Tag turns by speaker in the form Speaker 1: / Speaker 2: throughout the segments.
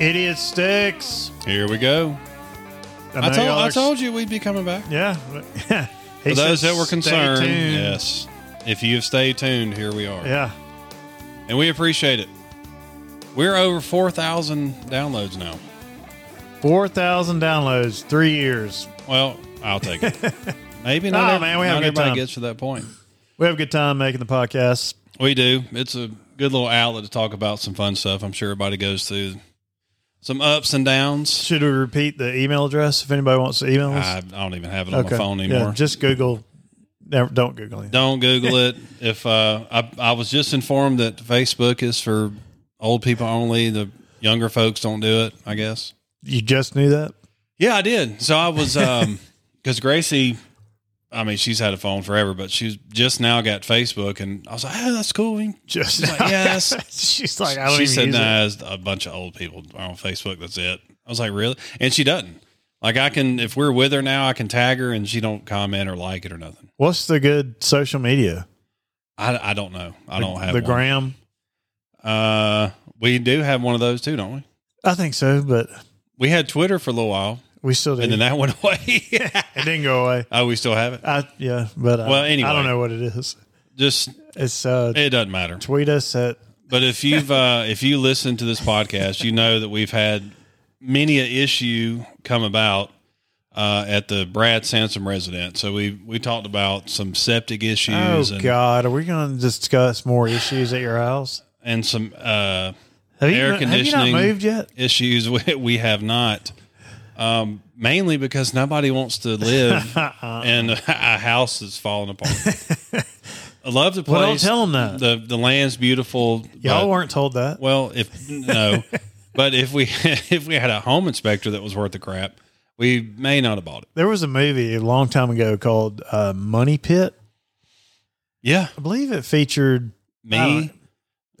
Speaker 1: Idiot Sticks.
Speaker 2: Here we go. I,
Speaker 1: know
Speaker 2: told,
Speaker 1: y'all
Speaker 2: I
Speaker 1: are-
Speaker 2: told you we'd be coming back.
Speaker 1: Yeah. He
Speaker 2: For those
Speaker 1: said,
Speaker 2: that were
Speaker 1: "Stay
Speaker 2: concerned,
Speaker 1: tuned."
Speaker 2: yes. If you have stayed tuned, here we are.
Speaker 1: Yeah.
Speaker 2: And we appreciate it. We're over 4,000 downloads now.
Speaker 1: 4,000 downloads, three years.
Speaker 2: Well, I'll take it. Maybe not.
Speaker 1: Nah,
Speaker 2: ev-
Speaker 1: man, we have
Speaker 2: not
Speaker 1: a good
Speaker 2: everybody
Speaker 1: time.
Speaker 2: gets to that point.
Speaker 1: We have a good time making the podcast.
Speaker 2: We do. It's a good little outlet to talk about some fun stuff. I'm sure everybody goes through some ups and downs.
Speaker 1: Should we repeat the email address if anybody wants to email us?
Speaker 2: I, I don't even have it on my phone
Speaker 1: Yeah,
Speaker 2: anymore.
Speaker 1: just Google. Never, don't Google it.
Speaker 2: don't Google it. If uh, I, I was just informed that Facebook is for old people only. The younger folks don't do it. I guess.
Speaker 1: You just knew that?
Speaker 2: Yeah, I did. So I was um because Gracie, I mean, she's had a phone forever, but she's just now got Facebook, and I was like, oh, that's cool. You
Speaker 1: Just
Speaker 2: She's like, yes.
Speaker 1: She's like, I don't
Speaker 2: she
Speaker 1: even
Speaker 2: said,
Speaker 1: use it.
Speaker 2: "Nah, it's a bunch of old people are on Facebook. That's it." I was like, "Really?" And she doesn't. Like, I can if we're with her now, I can tag her, and she don't comment or like it or nothing.
Speaker 1: What's the good social media?
Speaker 2: I, I don't know. I don't have
Speaker 1: the
Speaker 2: one.
Speaker 1: gram.
Speaker 2: Uh, we do have one of those too, don't we?
Speaker 1: I think so, but
Speaker 2: We had Twitter for a little while,
Speaker 1: we still do.
Speaker 2: and then that went away.
Speaker 1: it didn't go away.
Speaker 2: oh, we still have it.
Speaker 1: I yeah, but uh,
Speaker 2: Well, anyway.
Speaker 1: I don't know what it is.
Speaker 2: Just
Speaker 1: It's uh,
Speaker 2: it doesn't matter.
Speaker 1: tweet us at
Speaker 2: But if you've uh, if you listen to this podcast, you know that we've had many a issue come about uh, at the Brad Sansom residence. So we we talked about some septic
Speaker 1: oh
Speaker 2: issues and,
Speaker 1: god, are we going to discuss more issues at your house?
Speaker 2: and some uh,
Speaker 1: Have you,
Speaker 2: Air
Speaker 1: have you not
Speaker 2: conditioning.
Speaker 1: moved yet?
Speaker 2: issues we, we have not. Um, mainly because nobody wants to live
Speaker 1: Uh-uh.
Speaker 2: in a, a house that's falling apart. I love the place.
Speaker 1: Well, don't tell 'em that.
Speaker 2: the the land's beautiful.
Speaker 1: Y'all
Speaker 2: but-
Speaker 1: weren't told that.
Speaker 2: Well, if no, but if we if we had a home inspector that was worth the crap, we may not have bought it.
Speaker 1: There was a movie a long time ago called uh, Money Pit.
Speaker 2: Yeah,
Speaker 1: I believe it featured
Speaker 2: me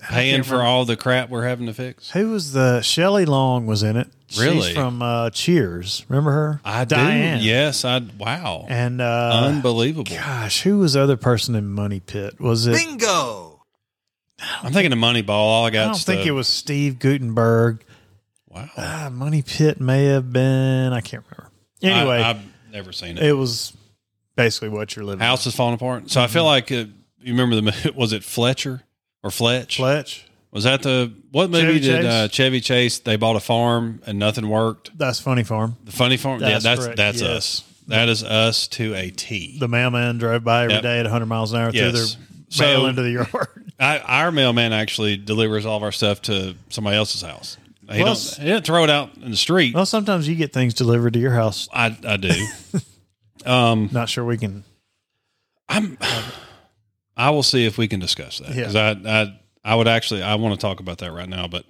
Speaker 2: paying
Speaker 1: Oh, can't
Speaker 2: for all the crap we're having to fix.
Speaker 1: who was the Shelley Long was in it.
Speaker 2: Really?
Speaker 1: She's from uh, Cheers. Remember her?
Speaker 2: I
Speaker 1: Diane.
Speaker 2: do. Yes, I. Wow,
Speaker 1: And uh,
Speaker 2: unbelievable.
Speaker 1: gosh, who was the other person in Money Pit? Was it?
Speaker 3: Bingo!
Speaker 2: I'm thinking of Moneyball. All I
Speaker 1: I
Speaker 2: got.
Speaker 1: don't think it was Steve Gutenberg.
Speaker 2: Wow.
Speaker 1: Ah, Money Pit may have been. I can't remember. Anyway,
Speaker 2: I, have never seen it.
Speaker 1: it was basically what you're living.
Speaker 2: House is falling apart. So I
Speaker 1: Mm-hmm.
Speaker 2: feel like uh, you remember the mo- was it Fletcher or Fletch?
Speaker 1: Fletch.
Speaker 2: was that the what movie
Speaker 1: Chevy
Speaker 2: did
Speaker 1: Chase?
Speaker 2: Uh, Chevy Chase? They bought a farm and nothing worked.
Speaker 1: That's Funny Farm.
Speaker 2: The funny farm. yeah,
Speaker 1: That's
Speaker 2: that's
Speaker 1: correct.
Speaker 2: that's
Speaker 1: Yes.
Speaker 2: us. That is us to a T.
Speaker 1: The mailman drove by every
Speaker 2: Yep.
Speaker 1: day at 100 miles an hour
Speaker 2: Yes.
Speaker 1: through their
Speaker 2: So-
Speaker 1: mail into the yard.
Speaker 2: I, our mailman actually delivers all of our stuff to somebody else's house. He,
Speaker 1: Plus-
Speaker 2: don't, he doesn't throw it out in the street.
Speaker 1: well, sometimes you get things delivered to your house.
Speaker 2: I, I do. um,
Speaker 1: Not sure we can.
Speaker 2: I'm. I will see if we can discuss that because I, I I would actually I want to talk about that right now. But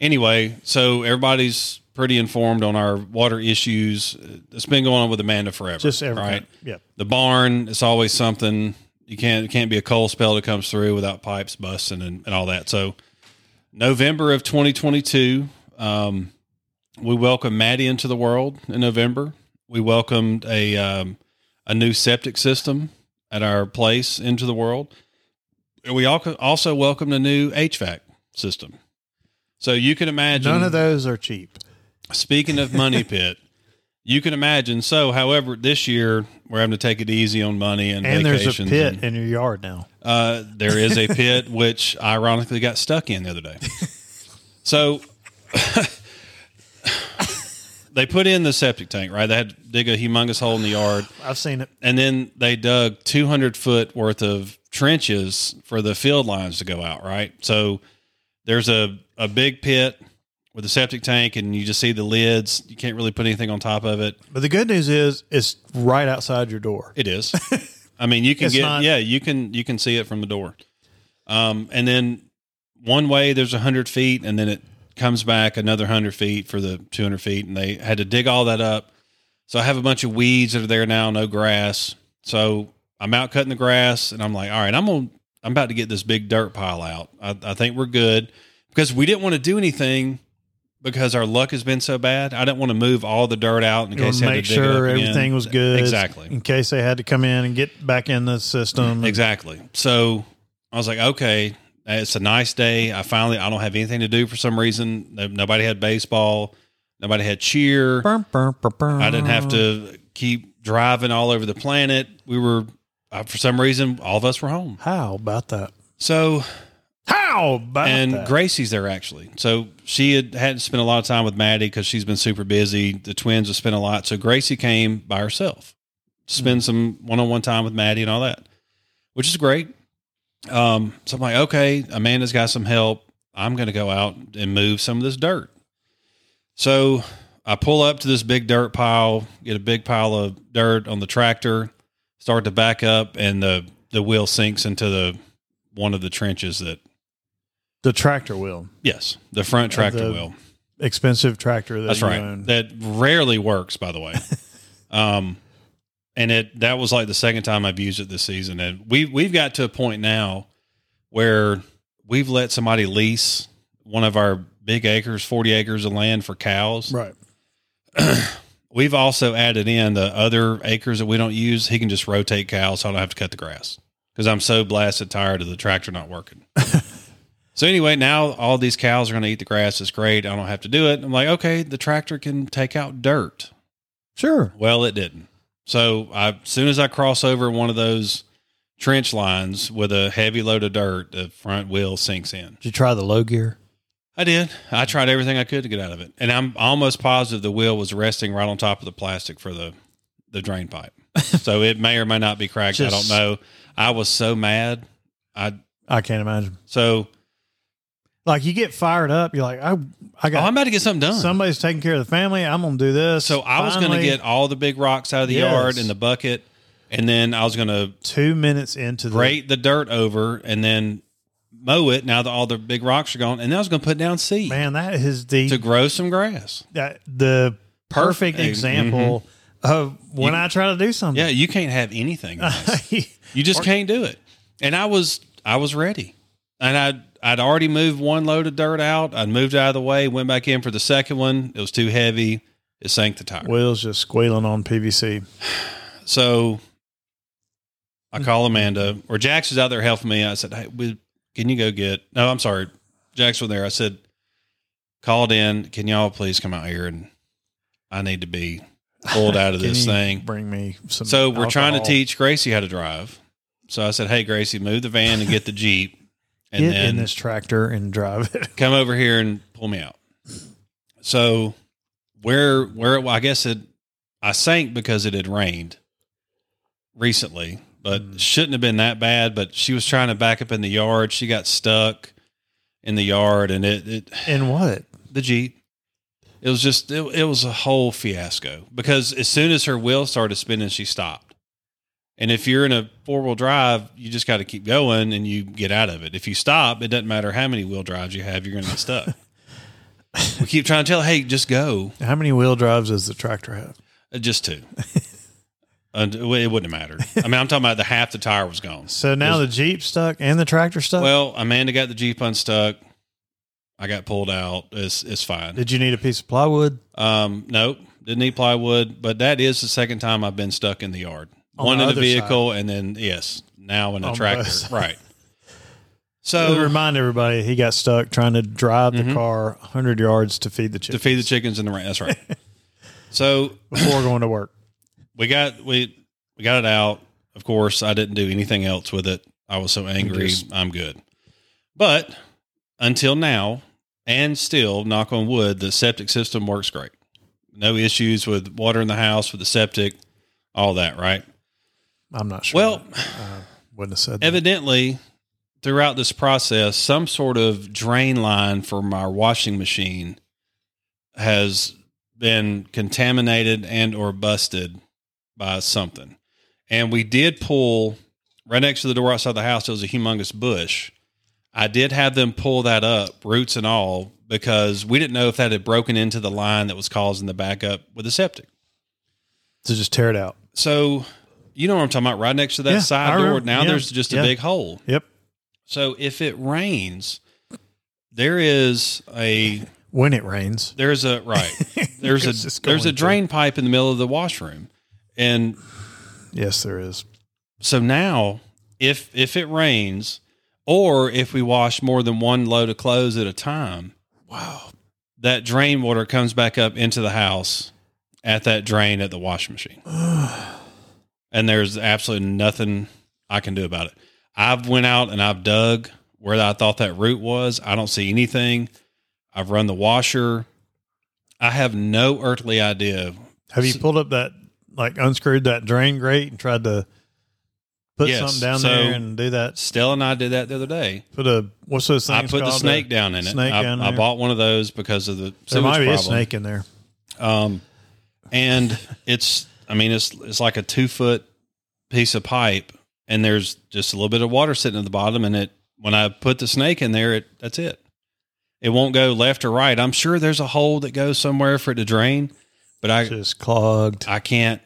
Speaker 2: anyway, so everybody's pretty informed on our water issues. It's been going on with Amanda forever.
Speaker 1: Just everything.
Speaker 2: right?
Speaker 1: Yep.
Speaker 2: the barn it's always something you can't it can't be a cold spell that comes through without pipes busting and, and all that so november of 2022 um, we welcomed maddie into the world in november we welcomed a um, a new septic system at our place into the world And we al- also welcomed a new hvac system so you can imagine
Speaker 1: None of those are cheap.
Speaker 2: Speaking of money pit, you can imagine. So, however, this year we're having to take it easy on money and,
Speaker 1: And there's a
Speaker 2: vacations.
Speaker 1: pit
Speaker 2: and,
Speaker 1: in your yard now.
Speaker 2: uh, there is a pit which ironically got stuck in the other day. So they put in the septic tank, right? They had to dig a humongous hole in the yard,
Speaker 1: I've seen it.
Speaker 2: and then they dug 200 foot worth of trenches for the field lines to go out, right? So there's a, a big pit with a septic tank, and you just see the lids. You can't really put anything on top of it.
Speaker 1: But the good news is it's right outside your door.
Speaker 2: It is. I mean, you can
Speaker 1: It's
Speaker 2: get
Speaker 1: not-
Speaker 2: yeah, you can you can see it from the door. Um, and then one way there's a hundred feet, and then it comes back another hundred feet for the two hundred feet, and they had to dig all that up. So I have a bunch of weeds that are there now, no grass. So I'm out cutting the grass, and I'm like, all right, I'm gonna I'm about to get this big dirt pile out. I, I think we're good because we didn't want to do anything because our luck has been so bad. I didn't want to move all the dirt out in
Speaker 1: You want to
Speaker 2: case they had
Speaker 1: make
Speaker 2: to dig it up
Speaker 1: sure
Speaker 2: again.
Speaker 1: everything was good.
Speaker 2: Exactly.
Speaker 1: In case Um, they had to come in and get back in the system.
Speaker 2: Exactly. So I was like, okay, It's a nice day. I finally I don't have anything to do for some reason. No- Nobody had baseball. Nobody had cheer.
Speaker 1: Burm, burm, burm, burm.
Speaker 2: I didn't have to keep driving all over the planet. We were uh, for some reason all of us were home.
Speaker 1: How about that?
Speaker 2: So
Speaker 1: How about
Speaker 2: and
Speaker 1: that?
Speaker 2: Gracie's there actually. So she had hadn't spent a lot of time with Maddie because she's been super busy. The twins have spent a lot. So Gracie came by herself, to
Speaker 1: Hmm.
Speaker 2: spend some one-on-one time with Maddie and all that, which is great. Um, so I'm like, okay, Amanda's got some help. I'm going to go out and move some of this dirt. So I pull up to this big dirt pile, get a big pile of dirt on the tractor, start to back up, and the the wheel sinks into the one of the trenches that
Speaker 1: the tractor wheel,
Speaker 2: Yes, the front tractor
Speaker 1: the-
Speaker 2: wheel.
Speaker 1: expensive tractor. That
Speaker 2: That's
Speaker 1: you
Speaker 2: right.
Speaker 1: Own.
Speaker 2: That rarely works, by the way. um, and it that was like the second time I've used it this season, and we we've got to a point now where we've let somebody lease one of our big acres, forty acres of land for cows.
Speaker 1: right.
Speaker 2: We've also added in the other acres that we don't use. He can just rotate cows, so I don't have to cut the grass because I'm so blasted tired of the tractor not working. so anyway, now all these cows are going to eat the grass. It's great. I don't have to do it. I'm like, okay, the tractor can take out dirt.
Speaker 1: Sure.
Speaker 2: Well, it didn't. So I, as soon as I cross over one of those trench lines with a heavy load of dirt, the front wheel sinks in.
Speaker 1: Did you try the low gear?
Speaker 2: I did. I tried everything I could to get out of it, and I'm almost positive the wheel was resting right on top of the plastic for the the drain pipe. so it may or may not be cracked. I don't
Speaker 1: Just-
Speaker 2: know. I was so mad. I
Speaker 1: I can't imagine.
Speaker 2: so
Speaker 1: Like you get fired up. You're like, I, I
Speaker 2: oh,
Speaker 1: got
Speaker 2: I'm about to get something done.
Speaker 1: somebody's taking care of the family. I'm gonna do this.
Speaker 2: so I was going to
Speaker 1: Finally,
Speaker 2: get all the big rocks out of the
Speaker 1: Yes.
Speaker 2: yard in the bucket, and then I was going to
Speaker 1: two minutes into the
Speaker 2: grate the dirt over and then mow it. Now that all the big rocks are gone, and then I was going to put down seed
Speaker 1: Man, that is the
Speaker 2: to grow some grass.
Speaker 1: that the perfect
Speaker 2: Perfect. mm-hmm.
Speaker 1: example of when I try to do something.
Speaker 2: Yeah, you can't have anything. You just can't do it. And I was I was ready. And I'd I'd already moved one load of dirt out. I'd moved out of the way, went back in for the second one. It was too heavy. It sank the tire.
Speaker 1: Wheels just squealing on PVC.
Speaker 2: So I call Amanda or Jax was out there helping me. I said, Hey, we, can you go get no, I'm sorry. Jax was there. I said, called in, can y'all please come out here and I need to be pulled out of
Speaker 1: Can
Speaker 2: this
Speaker 1: you
Speaker 2: thing.
Speaker 1: Bring me some.
Speaker 2: So we're trying to
Speaker 1: alcohol?
Speaker 2: teach Gracie how to drive. So I said, "Hey Gracie, move the van and get the Jeep and
Speaker 1: Get
Speaker 2: then
Speaker 1: in this tractor and drive it.
Speaker 2: come over here and pull me out." So where where it, well, I guess it I sank because it had rained recently, but
Speaker 1: Mm.
Speaker 2: shouldn't have been that bad, but she was trying to back up in the yard. She got stuck in the yard and it, it
Speaker 1: And what?
Speaker 2: the Jeep. It was just it, it was a whole fiasco because as soon as her wheel started spinning, she stopped. And if you're in a four wheel drive, you just got to keep going and you get out of it. If you stop, it doesn't matter how many wheel drives you have, you're going to get stuck. we keep trying to tell, her, hey, just go,
Speaker 1: How many wheel drives does the tractor have?
Speaker 2: Uh, just two. And it wouldn't have mattered. I mean, I'm talking about the half the tire was gone.
Speaker 1: So now the Jeep stuck and the tractor stuck.
Speaker 2: Well, Amanda got the Jeep unstuck. I got pulled out. It's it's fine.
Speaker 1: Did you need a piece of plywood?
Speaker 2: Um, nope, didn't need plywood, but that is the second time I've been stuck in the yard.
Speaker 1: On
Speaker 2: One
Speaker 1: the
Speaker 2: in a
Speaker 1: other
Speaker 2: vehicle, and then yes, now in a
Speaker 1: On
Speaker 2: tractor.
Speaker 1: both sides.
Speaker 2: Right.
Speaker 1: To
Speaker 2: So
Speaker 1: remind everybody, he got stuck trying to drive the
Speaker 2: Mhm.
Speaker 1: car 100 yards to feed the
Speaker 2: to
Speaker 1: chicken
Speaker 2: feed the chickens in the rain. That's right. so
Speaker 1: before going to work.
Speaker 2: we got we we got it out. Of course, I didn't do anything else with it. I was so angry.
Speaker 1: Just-
Speaker 2: I'm good. But until now, and still, knock on wood, the septic system works great. No issues with water in the house, with the septic, all that, right?
Speaker 1: I'm not sure.
Speaker 2: Well,
Speaker 1: uh, wouldn't have said that.
Speaker 2: evidently throughout this process some sort of drain line for my washing machine has been contaminated and or busted by something and we did pull right next to the door outside the house there was a humongous bush i did have them pull that up roots and all because we didn't know if that had broken into the line that was causing the backup with the septic
Speaker 1: to just tear it out.
Speaker 2: so you know what i'm talking about right next to that
Speaker 1: Yeah, I
Speaker 2: side
Speaker 1: remember.
Speaker 2: door now
Speaker 1: Yeah,
Speaker 2: there's just a
Speaker 1: yeah.
Speaker 2: big hole
Speaker 1: Yep.
Speaker 2: so if it rains, there is a
Speaker 1: When it rains,
Speaker 2: there's a right there's
Speaker 1: It's
Speaker 2: a
Speaker 1: just
Speaker 2: there's a
Speaker 1: going to.
Speaker 2: drain pipe in the middle of the washroom, and
Speaker 1: Yes, there is.
Speaker 2: so now if if it rains Or if we wash more than one load of clothes at a time,
Speaker 1: Wow.
Speaker 2: that drain water comes back up into the house at that drain at the washing machine. and there's absolutely nothing I can do about it. I've went out and I've dug where I thought that root was. I don't see anything. I've run the washer. I have no earthly idea.
Speaker 1: Have you pulled up that like unscrewed that drain grate and tried to put
Speaker 2: Yes.
Speaker 1: something down
Speaker 2: So-
Speaker 1: there and do that?
Speaker 2: Stella and I did that the other day.
Speaker 1: Put a what's those things?
Speaker 2: I put the
Speaker 1: called?
Speaker 2: snake down in it.
Speaker 1: snake
Speaker 2: I,
Speaker 1: down
Speaker 2: I
Speaker 1: there.
Speaker 2: bought one of those because of the
Speaker 1: There
Speaker 2: sewage
Speaker 1: might be
Speaker 2: problem.
Speaker 1: a snake in there.
Speaker 2: Um, and it's, I mean, it's it's like a two foot piece of pipe, and there's just a little bit of water sitting at the bottom, and it when I put the snake in there, it that's it. It won't go left or right. I'm sure there's a hole that goes somewhere for it to drain, but I
Speaker 1: Just clogged.
Speaker 2: I can't.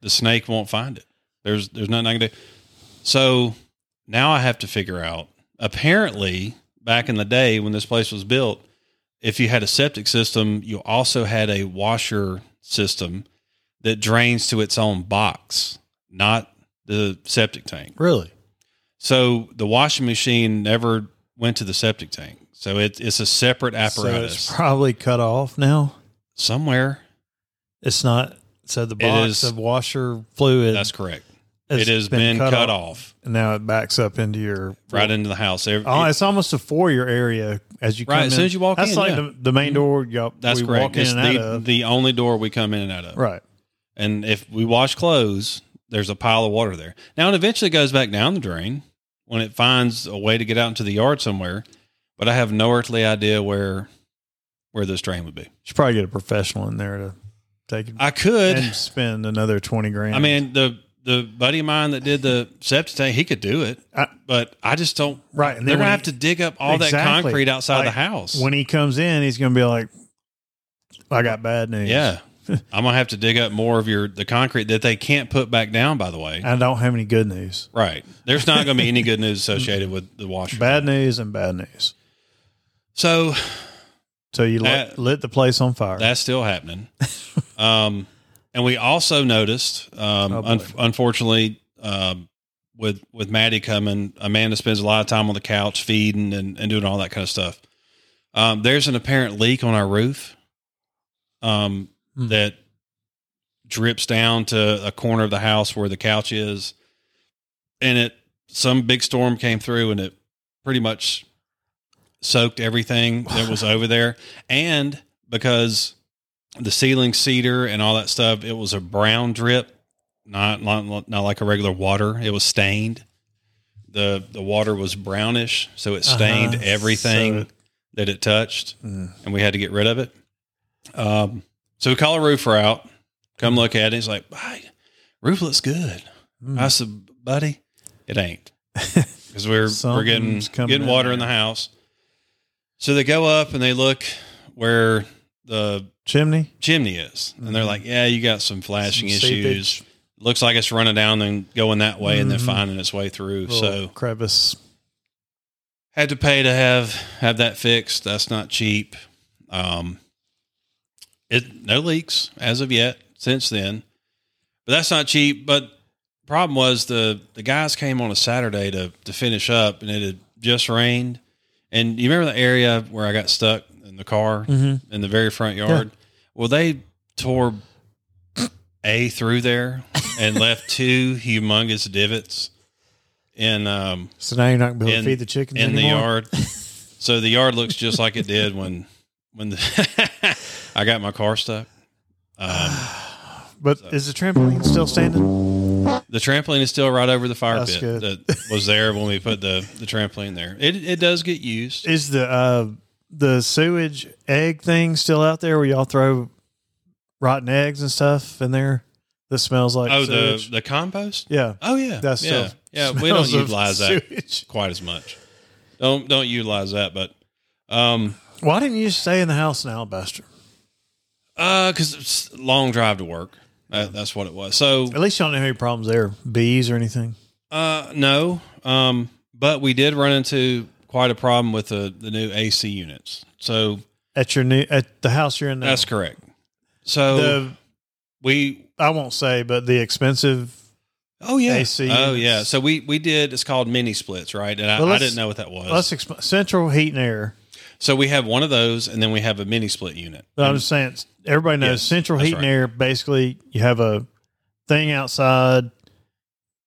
Speaker 2: The snake won't find it. There's there's nothing I can do. So now I have to figure out. Apparently, back in the day when this place was built, if you had a septic system, you also had a washer system that drains to its own box, not the septic tank.
Speaker 1: Really?
Speaker 2: So the washing machine never went to the septic tank. So it, it's a separate apparatus
Speaker 1: So it's probably cut off now.
Speaker 2: somewhere.
Speaker 1: It's not. So the box
Speaker 2: is-
Speaker 1: of washer fluid
Speaker 2: That's correct.
Speaker 1: has
Speaker 2: it has been, cut, off.
Speaker 1: and now it backs up into your.
Speaker 2: right into the house. Every,
Speaker 1: Oh, it's almost a foyer area as you
Speaker 2: Right,
Speaker 1: come
Speaker 2: as
Speaker 1: in.
Speaker 2: soon as you walk
Speaker 1: That's
Speaker 2: in,
Speaker 1: like
Speaker 2: yeah. Mm-hmm.
Speaker 1: the, the main door. Y'all,
Speaker 2: that's
Speaker 1: we
Speaker 2: correct.
Speaker 1: walk in
Speaker 2: it's
Speaker 1: and out
Speaker 2: the,
Speaker 1: of.
Speaker 2: the only door we come in and out of.
Speaker 1: right.
Speaker 2: And if we wash clothes, there's a pile of water there. Now it eventually goes back down the drain when it finds a way to get out into the yard somewhere. But I have no earthly idea where where this drain would be.
Speaker 1: Should probably get a professional in there to take it
Speaker 2: I could.
Speaker 1: and spend another twenty grand.
Speaker 2: I mean the the buddy of mine that did the septic tank, he could do it,
Speaker 1: I-
Speaker 2: but I just don't.
Speaker 1: right? And
Speaker 2: They're
Speaker 1: then
Speaker 2: gonna
Speaker 1: when
Speaker 2: have
Speaker 1: he-
Speaker 2: to dig up all that
Speaker 1: Exactly.
Speaker 2: concrete outside the
Speaker 1: Like,
Speaker 2: house.
Speaker 1: When he comes in, he's gonna be like, "I got bad news.
Speaker 2: yeah, I'm gonna have to dig up more of your the concrete that they can't put back down. By the way,
Speaker 1: I don't have any good news.
Speaker 2: Right. There's not going to be any good news associated with the washer.
Speaker 1: Bad news and bad news."
Speaker 2: So
Speaker 1: So you lit,
Speaker 2: That-
Speaker 1: lit the place on fire.
Speaker 2: that's still happening. Um, and we also noticed, um,
Speaker 1: Oh, boy.
Speaker 2: un- unfortunately, um, with with Maddie coming, Amanda spends a lot of time on the couch feeding and, and doing all that kind of stuff. Um, there's an apparent leak on our roof um,
Speaker 1: Hmm.
Speaker 2: that drips down to a corner of the house where the couch is, and it some big storm came through and it pretty much soaked everything that was over there, and because the ceiling cedar and all that stuff, it was a brown drip, not not, not like a regular water. It was stained. the The water was brownish, so it stained
Speaker 1: Uh-huh.
Speaker 2: everything
Speaker 1: So-
Speaker 2: that it touched
Speaker 1: Mm.
Speaker 2: and we had to get rid of it. Um, so we call a roofer out, come look at it. He's like, hey, roof looks good.
Speaker 1: Mm.
Speaker 2: I said, buddy, it ain't because we're we're getting
Speaker 1: Something's coming
Speaker 2: getting
Speaker 1: in
Speaker 2: water in, the
Speaker 1: there.
Speaker 2: house. So they go up and they look where the
Speaker 1: Chimney
Speaker 2: chimney is, and they're like, yeah, you got some flashing
Speaker 1: Mm-hmm. Some
Speaker 2: issues.
Speaker 1: seepage.
Speaker 2: Looks like it's running down and going that way, and then
Speaker 1: Mhm.
Speaker 2: finding its way through.
Speaker 1: little
Speaker 2: So
Speaker 1: crevice.
Speaker 2: had to pay to have have that fixed. That's not cheap. Um, it no leaks as of yet since then, but that's not cheap. But problem was the the guys came on a Saturday to to finish up, and it had just rained. And you remember the area where I got stuck in the car
Speaker 1: Mm-hmm.
Speaker 2: in the very front yard? Well, they tore a through there and left two humongous divots. And um,
Speaker 1: So now you're not going to be able
Speaker 2: In-
Speaker 1: to feed the chickens
Speaker 2: in
Speaker 1: anymore.
Speaker 2: the yard. so the yard looks just like it did when when the I got my car stuck. Um,
Speaker 1: But is the trampoline still standing?
Speaker 2: the trampoline is still right over the fire
Speaker 1: That's
Speaker 2: pit
Speaker 1: good.
Speaker 2: that was there when we put the the trampoline there. It it does get used.
Speaker 1: Is the uh, the sewage egg thing still out there where y'all throw rotten eggs and stuff in there? This smells like
Speaker 2: oh,
Speaker 1: sewage.
Speaker 2: the the compost.
Speaker 1: yeah,
Speaker 2: Oh yeah,
Speaker 1: that's
Speaker 2: yeah.
Speaker 1: still
Speaker 2: Yeah, we don't
Speaker 1: smells of
Speaker 2: utilize that
Speaker 1: sewage.
Speaker 2: quite as much. Don't don't utilize that, but um
Speaker 1: Why didn't you stay in the house in Alabaster?
Speaker 2: uh because it's a long drive to work. That, that's what it was. So
Speaker 1: At least y'all didn't have any problems there, bees or anything.
Speaker 2: Uh, no. Um, but we did run into quite a problem with the, the new AC units. So
Speaker 1: At your new at the house you're in now.
Speaker 2: that's correct. So
Speaker 1: the
Speaker 2: we,
Speaker 1: I won't say, but the expensive
Speaker 2: Oh yeah.
Speaker 1: AC
Speaker 2: Oh yeah.
Speaker 1: units.
Speaker 2: So we we did. It's called mini splits, right? And I,
Speaker 1: Well,
Speaker 2: I
Speaker 1: let's-
Speaker 2: didn't know what that was.
Speaker 1: Let's exp- central heat and air.
Speaker 2: So we have one of those, and then we have a mini split unit.
Speaker 1: But I'm just saying, everybody knows
Speaker 2: Yes,
Speaker 1: central
Speaker 2: that's
Speaker 1: heat and
Speaker 2: right.
Speaker 1: air. Basically, you have a thing outside,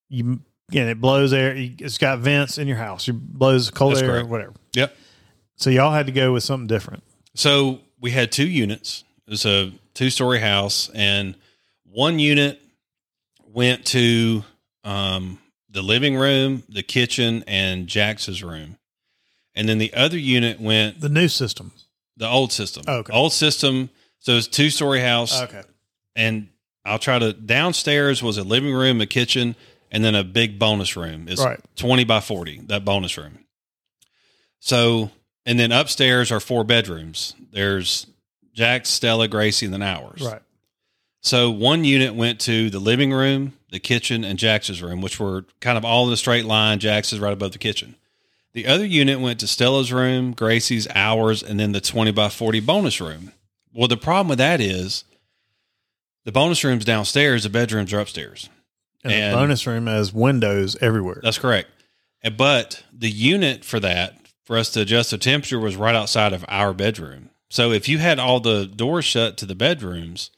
Speaker 1: you and it blows air. you- It's got vents in your house. It blows cold
Speaker 2: That's
Speaker 1: air,
Speaker 2: correct.
Speaker 1: whatever.
Speaker 2: Yep.
Speaker 1: So y'all had to go with something different.
Speaker 2: So we had two units. It was a two story house, and one unit went to um, the living room, the kitchen, and Jax's room. And then the other unit went
Speaker 1: The new system.
Speaker 2: the old system.
Speaker 1: Okay.
Speaker 2: Old system. So it's two story house,
Speaker 1: Okay.
Speaker 2: and I'll try to. Downstairs was a living room, a kitchen, and then a big bonus room. It's
Speaker 1: Right.
Speaker 2: 20 by 40, that bonus room. So, and then upstairs are four bedrooms. There's Jack, Stella, Gracie, and then ours.
Speaker 1: Right.
Speaker 2: So, one unit went to the living room, the kitchen, and Jax's room, which were kind of all in a straight line. Jax is right above the kitchen. The other unit went to Stella's room, Gracie's, ours, and then the 20 by 40 bonus room. Well, the problem with that is the bonus room's downstairs, the bedrooms are upstairs.
Speaker 1: And,
Speaker 2: And-
Speaker 1: the bonus room has windows everywhere.
Speaker 2: That's correct. And- But the unit for that, for us to adjust the temperature, was right outside of our bedroom. So if you had all the doors shut to the bedrooms,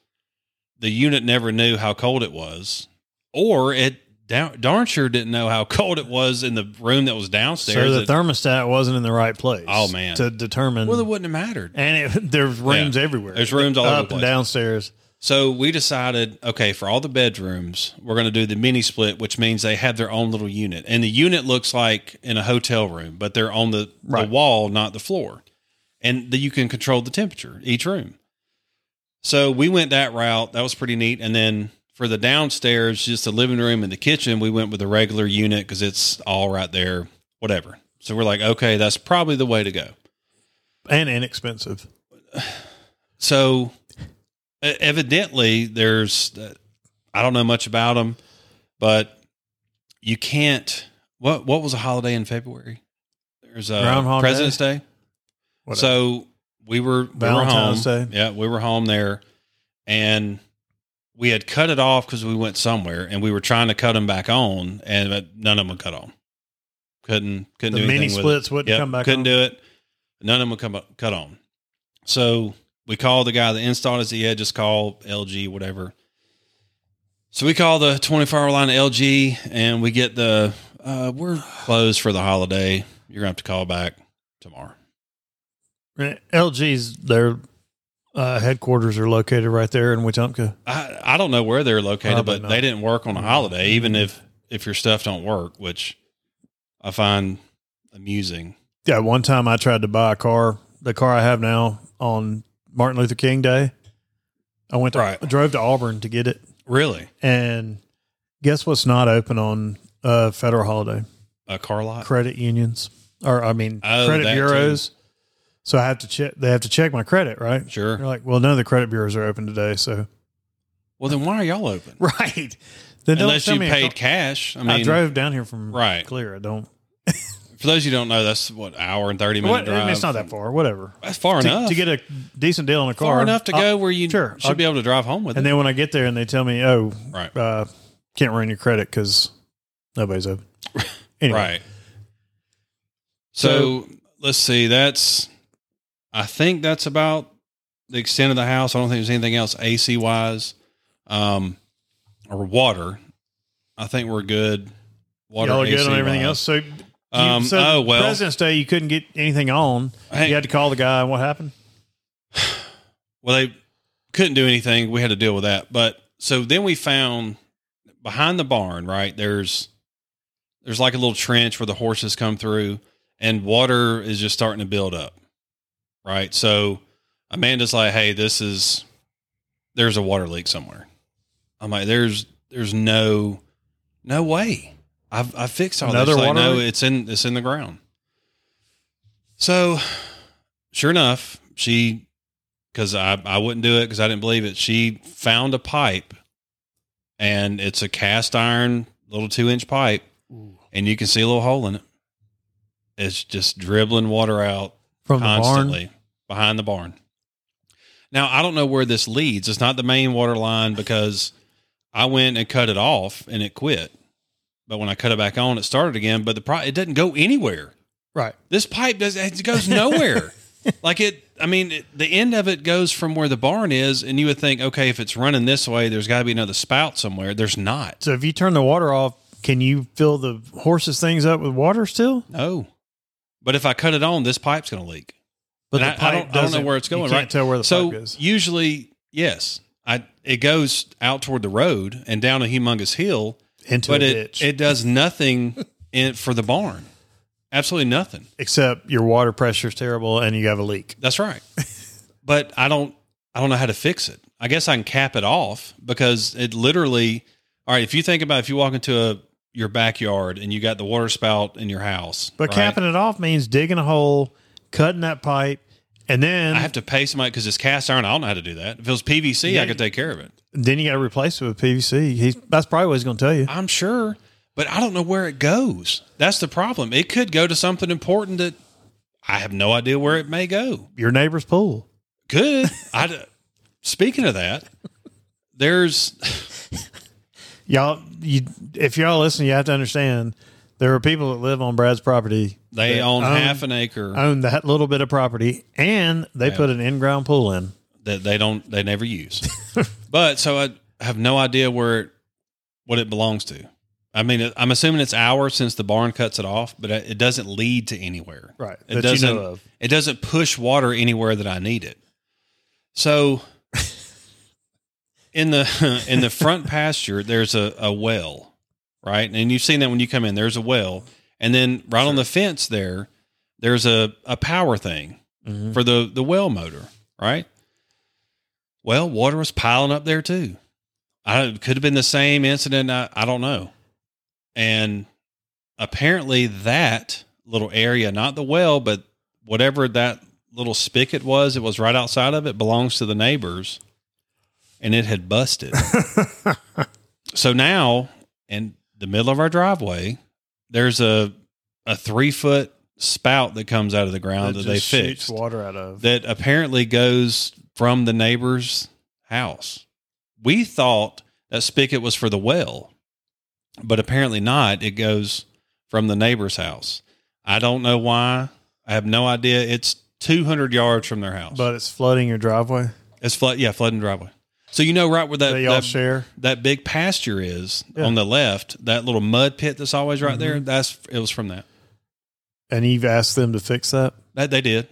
Speaker 2: the unit never knew how cold it was, or it down, darn sure didn't know how cold it was in the room that was downstairs.
Speaker 1: So the
Speaker 2: It-
Speaker 1: thermostat wasn't in the right place.
Speaker 2: Oh, man.
Speaker 1: To determine.
Speaker 2: well, it wouldn't have mattered.
Speaker 1: and it, there's rooms everywhere.
Speaker 2: There's rooms all
Speaker 1: up
Speaker 2: over the
Speaker 1: and
Speaker 2: place.
Speaker 1: downstairs.
Speaker 2: So we decided, okay, for all the bedrooms, we're going to do the mini split, which means they have their own little unit. And the unit looks like in a hotel room, but they're on the,
Speaker 1: Right.
Speaker 2: the wall, not the floor. And that you can control the temperature each room. So we went that route. That was pretty neat. And then for the downstairs, just the living room and the kitchen, we went with the regular unit because it's all right there, whatever. So we're like, okay, that's probably the way to go.
Speaker 1: And inexpensive.
Speaker 2: So e- evidently, there's I don't know much about them, but you can't. What what was a holiday in February? There's a
Speaker 1: Groundhog Day?
Speaker 2: President's Day.
Speaker 1: Whatever.
Speaker 2: So we were we were home.
Speaker 1: Valentine's Day.
Speaker 2: Yeah, we were home there, and we had cut it off because we went somewhere, and we were trying to cut them back on, and but none of them would cut on. Couldn't couldn't
Speaker 1: the
Speaker 2: do
Speaker 1: mini
Speaker 2: anything with it.
Speaker 1: splits wouldn't
Speaker 2: Yep,
Speaker 1: come back.
Speaker 2: Couldn't
Speaker 1: on.
Speaker 2: do it. None of them would come up, cut on. So we called the guy that installed us. He had just called LG, whatever. So we call the 24 hour line of LG and we get the, uh, we're closed for the holiday. You're going to have to call back tomorrow.
Speaker 1: LG's Eh, their uh, headquarters are located right there in Wetumpka.
Speaker 2: I, I don't know where they're located,
Speaker 1: Probably
Speaker 2: but
Speaker 1: not. Mm-hmm.
Speaker 2: they didn't work on a holiday, even if, if your stuff don't work, which I find amusing.
Speaker 1: Yeah, one time I tried to buy a car, the car I have now on Martin Luther King Day. I went to,
Speaker 2: Right.
Speaker 1: I drove to Auburn to get it,
Speaker 2: Really?
Speaker 1: and guess what's not open on uh, federal holiday?
Speaker 2: A car lot?
Speaker 1: Uh, Credit unions, or I mean,
Speaker 2: Oh,
Speaker 1: credit
Speaker 2: that
Speaker 1: bureaus. So I have to check. They have to check my credit, right? They're
Speaker 2: Sure.
Speaker 1: like, well, none of the credit bureaus are open today, so
Speaker 2: Well, then why are y'all open?
Speaker 1: right. Then don't
Speaker 2: Unless
Speaker 1: send
Speaker 2: you
Speaker 1: me a
Speaker 2: paid
Speaker 1: car-
Speaker 2: cash. I mean,
Speaker 1: I drove down here from
Speaker 2: Right.
Speaker 1: Clear. I don't.
Speaker 2: For those who don't know, that's what hour and thirty minute
Speaker 1: What, I
Speaker 2: drive.
Speaker 1: mean, it's not that far. Whatever.
Speaker 2: That's far
Speaker 1: To,
Speaker 2: enough
Speaker 1: to get a decent deal on a car.
Speaker 2: far enough to
Speaker 1: I'll-
Speaker 2: go where you
Speaker 1: sure,
Speaker 2: should
Speaker 1: I'll-
Speaker 2: be able to drive home with
Speaker 1: and
Speaker 2: it.
Speaker 1: then when I get there and they tell me, oh,
Speaker 2: Right,
Speaker 1: uh, can't run your credit because nobody's open. Anyway,
Speaker 2: right. So, let's see. That's I think that's about the extent of the house. I don't think there's anything else AC wise, um, or water. I think we're good. Water
Speaker 1: y'all are good
Speaker 2: AC
Speaker 1: on everything
Speaker 2: wise.
Speaker 1: else. So, you-
Speaker 2: Um,
Speaker 1: so
Speaker 2: oh well.
Speaker 1: President's Day, you couldn't get anything on.
Speaker 2: Hey,
Speaker 1: You had to call the guy. and What happened?
Speaker 2: Well, they couldn't do anything. We had to deal with that. But so then we found behind the barn, right? There's there's like a little trench where the horses come through and water is just starting to build up. Right? So Amanda's like, "Hey, this is there's a water leak somewhere." I'm like, "There's there's no no way. I've I fixed all
Speaker 1: Another
Speaker 2: this. Like,
Speaker 1: water
Speaker 2: no,
Speaker 1: leak?
Speaker 2: it's in it's in the ground." So, sure enough, she because I, I wouldn't do it because I didn't believe it. She found a pipe and it's a cast iron little two inch pipe and you can see a little hole in it. It's just dribbling water out
Speaker 1: From the barn.
Speaker 2: constantly behind the barn. Now, I don't know where this leads. It's not the main water line because I went and cut it off and it quit. But when I cut it back on, it started again. But the pro- it doesn't go anywhere.
Speaker 1: Right.
Speaker 2: This pipe does it goes nowhere. like it, I mean, it, the end of it goes from where the barn is, and you would think, okay, if it's running this way, there's got to be another spout somewhere. There's not.
Speaker 1: So if you turn the water off, can you fill the horses things up with water still?
Speaker 2: No. But if I cut it on, this pipe's going to leak.
Speaker 1: But
Speaker 2: And I- I don't- I don't know
Speaker 1: doesn't-
Speaker 2: where it's
Speaker 1: you
Speaker 2: going,
Speaker 1: can't
Speaker 2: right?
Speaker 1: Tell where the
Speaker 2: so
Speaker 1: pipe goes.
Speaker 2: usually, yes, I it goes out toward the road and down a humongous hill,
Speaker 1: into
Speaker 2: but
Speaker 1: a
Speaker 2: it
Speaker 1: ditch,
Speaker 2: it does nothing in for the barn. Absolutely nothing.
Speaker 1: except your water pressure is terrible and you have a leak.
Speaker 2: That's right. but I don't I don't know how to fix it. I guess I can cap it off because it literally all right, if you think about if you walk into a your backyard and you got the water spout in your house.
Speaker 1: But
Speaker 2: right?
Speaker 1: capping it off means digging a hole, cutting that pipe, and then
Speaker 2: I have to pay somebody because it's cast iron. I don't know how to do that. If it was PVC,
Speaker 1: Yeah.
Speaker 2: I could take care of it.
Speaker 1: then you got to replace it with PVC. He's, that's probably what he's going to tell you.
Speaker 2: I'm sure, but I don't know where it goes. That's the problem. It could go to something important that I have no idea where it may go.
Speaker 1: Your neighbor's pool.
Speaker 2: Good. I. d- Speaking of that, there's
Speaker 1: Y'all, you, if y'all listen, you have to understand there are people that live on Brad's property,
Speaker 2: they
Speaker 1: They
Speaker 2: own
Speaker 1: own-
Speaker 2: half an acre
Speaker 1: own that little bit of property, and they put an in-ground pool in.
Speaker 2: that they don't they never use. but so I have no idea where it, what it belongs to. I mean, I'm assuming it's ours since the barn cuts it off, but it doesn't lead to anywhere.
Speaker 1: Right, that
Speaker 2: It
Speaker 1: you
Speaker 2: doesn't.
Speaker 1: know of.
Speaker 2: It doesn't push water anywhere that I need it. So, in the in the front pasture, there's a, a well, right? And you've seen that when you come in. There's a well, and then right on the fence there, there's a a power thing
Speaker 1: Mhm.
Speaker 2: for the the well motor, right? Well, water was piling up there too. I it could have been the same incident. I, I don't know. And apparently, that little area, not the well, but whatever that little spigot was, it was right outside of it, belongs to the neighbors, and it had busted. so now, in the middle of our driveway, there's a a three foot spout that comes out of the ground that,
Speaker 1: It
Speaker 2: they
Speaker 1: just shoots
Speaker 2: fixed
Speaker 1: water out of.
Speaker 2: that apparently goes from the neighbor's house. We thought that spigot was for the well, but apparently not. It goes from the neighbor's house. I don't know why. I have no idea. It's 200 yards from their house.
Speaker 1: but it's flooding your driveway.
Speaker 2: it's flood. Yeah, flooding driveway. So you know right where that
Speaker 1: they all
Speaker 2: that,
Speaker 1: share.
Speaker 2: that big pasture is
Speaker 1: Yeah. Mm-hmm.
Speaker 2: on the left. That little mud pit that's always right there. That's it was from that.
Speaker 1: And you've asked them to fix that.
Speaker 2: That they did,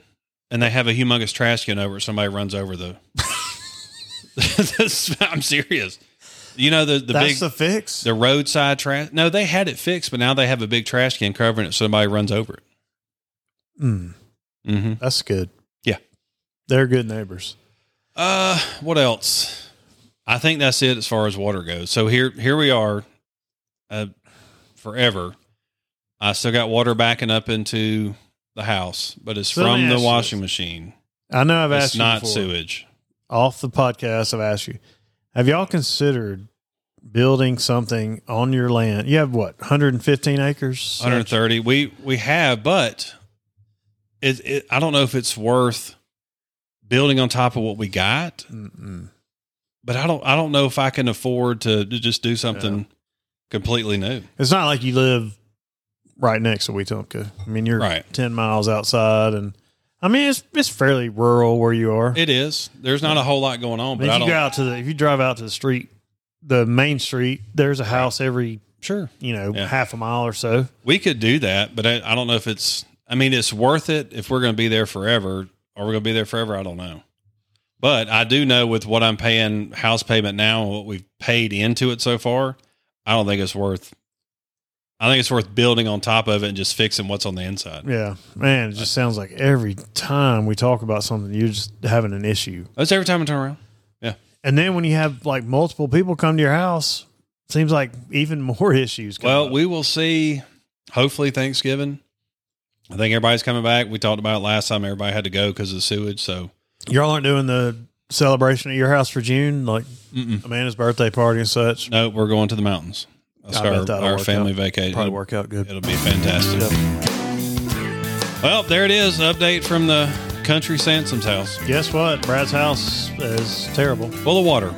Speaker 2: and they have a humongous trash can over. it. Somebody runs over the. This- I'm serious. You know the the
Speaker 1: That's
Speaker 2: big
Speaker 1: the fix.
Speaker 2: the roadside trash. No, they had it fixed, but now they have a big trash can covering it. so Somebody runs over it.
Speaker 1: Mm,
Speaker 2: Mm-hmm.
Speaker 1: that's good.
Speaker 2: Yeah.
Speaker 1: They're good neighbors.
Speaker 2: Uh, what else? I think that's it as far as water goes. So here, here we are, uh, forever. I still got water backing up into the house, but it's
Speaker 1: So let me
Speaker 2: from the
Speaker 1: ask you
Speaker 2: washing
Speaker 1: this.
Speaker 2: machine.
Speaker 1: I know I've asked
Speaker 2: It's
Speaker 1: you
Speaker 2: not
Speaker 1: before.
Speaker 2: sewage.
Speaker 1: off the podcast, I've asked you, have y'all considered building something on your land? You have what, 115 acres?
Speaker 2: 130 we we have but it, it i don't know if it's worth building on top of what we got
Speaker 1: Mm-mm.
Speaker 2: but i don't i don't know if i can afford to, to just do something completely new
Speaker 1: It's not like you live right next to Wetumpka. I mean, you're
Speaker 2: Right.
Speaker 1: 10 miles outside, and I mean, it's, it's fairly rural where you are.
Speaker 2: it is there's not a whole lot going on
Speaker 1: I
Speaker 2: but
Speaker 1: mean,
Speaker 2: i
Speaker 1: if you
Speaker 2: don't
Speaker 1: go out to the, if you drive out to the street, the main street, there's a house every,
Speaker 2: sure
Speaker 1: you know,
Speaker 2: Yeah.
Speaker 1: half a mile or so.
Speaker 2: we could do that but I, I don't know if it's i mean it's worth it if we're going to be there forever are we going to be there forever i don't know but i do know with what i'm paying house payment now and what we've paid into it so far i don't think it's worth i think it's worth building on top of it and just fixing what's on the inside
Speaker 1: Yeah, man, it just sounds like every time we talk about something, you're just having an issue.
Speaker 2: that's every time i turn around
Speaker 1: And then when you have like multiple people come to your house, seems like even more issues. Come
Speaker 2: well
Speaker 1: up.
Speaker 2: we will see hopefully thanksgiving i think everybody's coming back we talked about it last time everybody had to go because of the sewage so
Speaker 1: y'all aren't doing the celebration at your house for June, like
Speaker 2: mm-mm.
Speaker 1: Amanda's birthday party and such.
Speaker 2: no we're going to the mountains
Speaker 1: I
Speaker 2: that's
Speaker 1: bet
Speaker 2: our,
Speaker 1: that'll
Speaker 2: our
Speaker 1: work
Speaker 2: family
Speaker 1: out.
Speaker 2: vacation
Speaker 1: Probably work out good.
Speaker 2: It'll be fantastic.
Speaker 1: Yep.
Speaker 2: Well, there it is. Update from the country Sansom's house.
Speaker 1: Guess what? Brad's house is terrible.
Speaker 2: Full of water.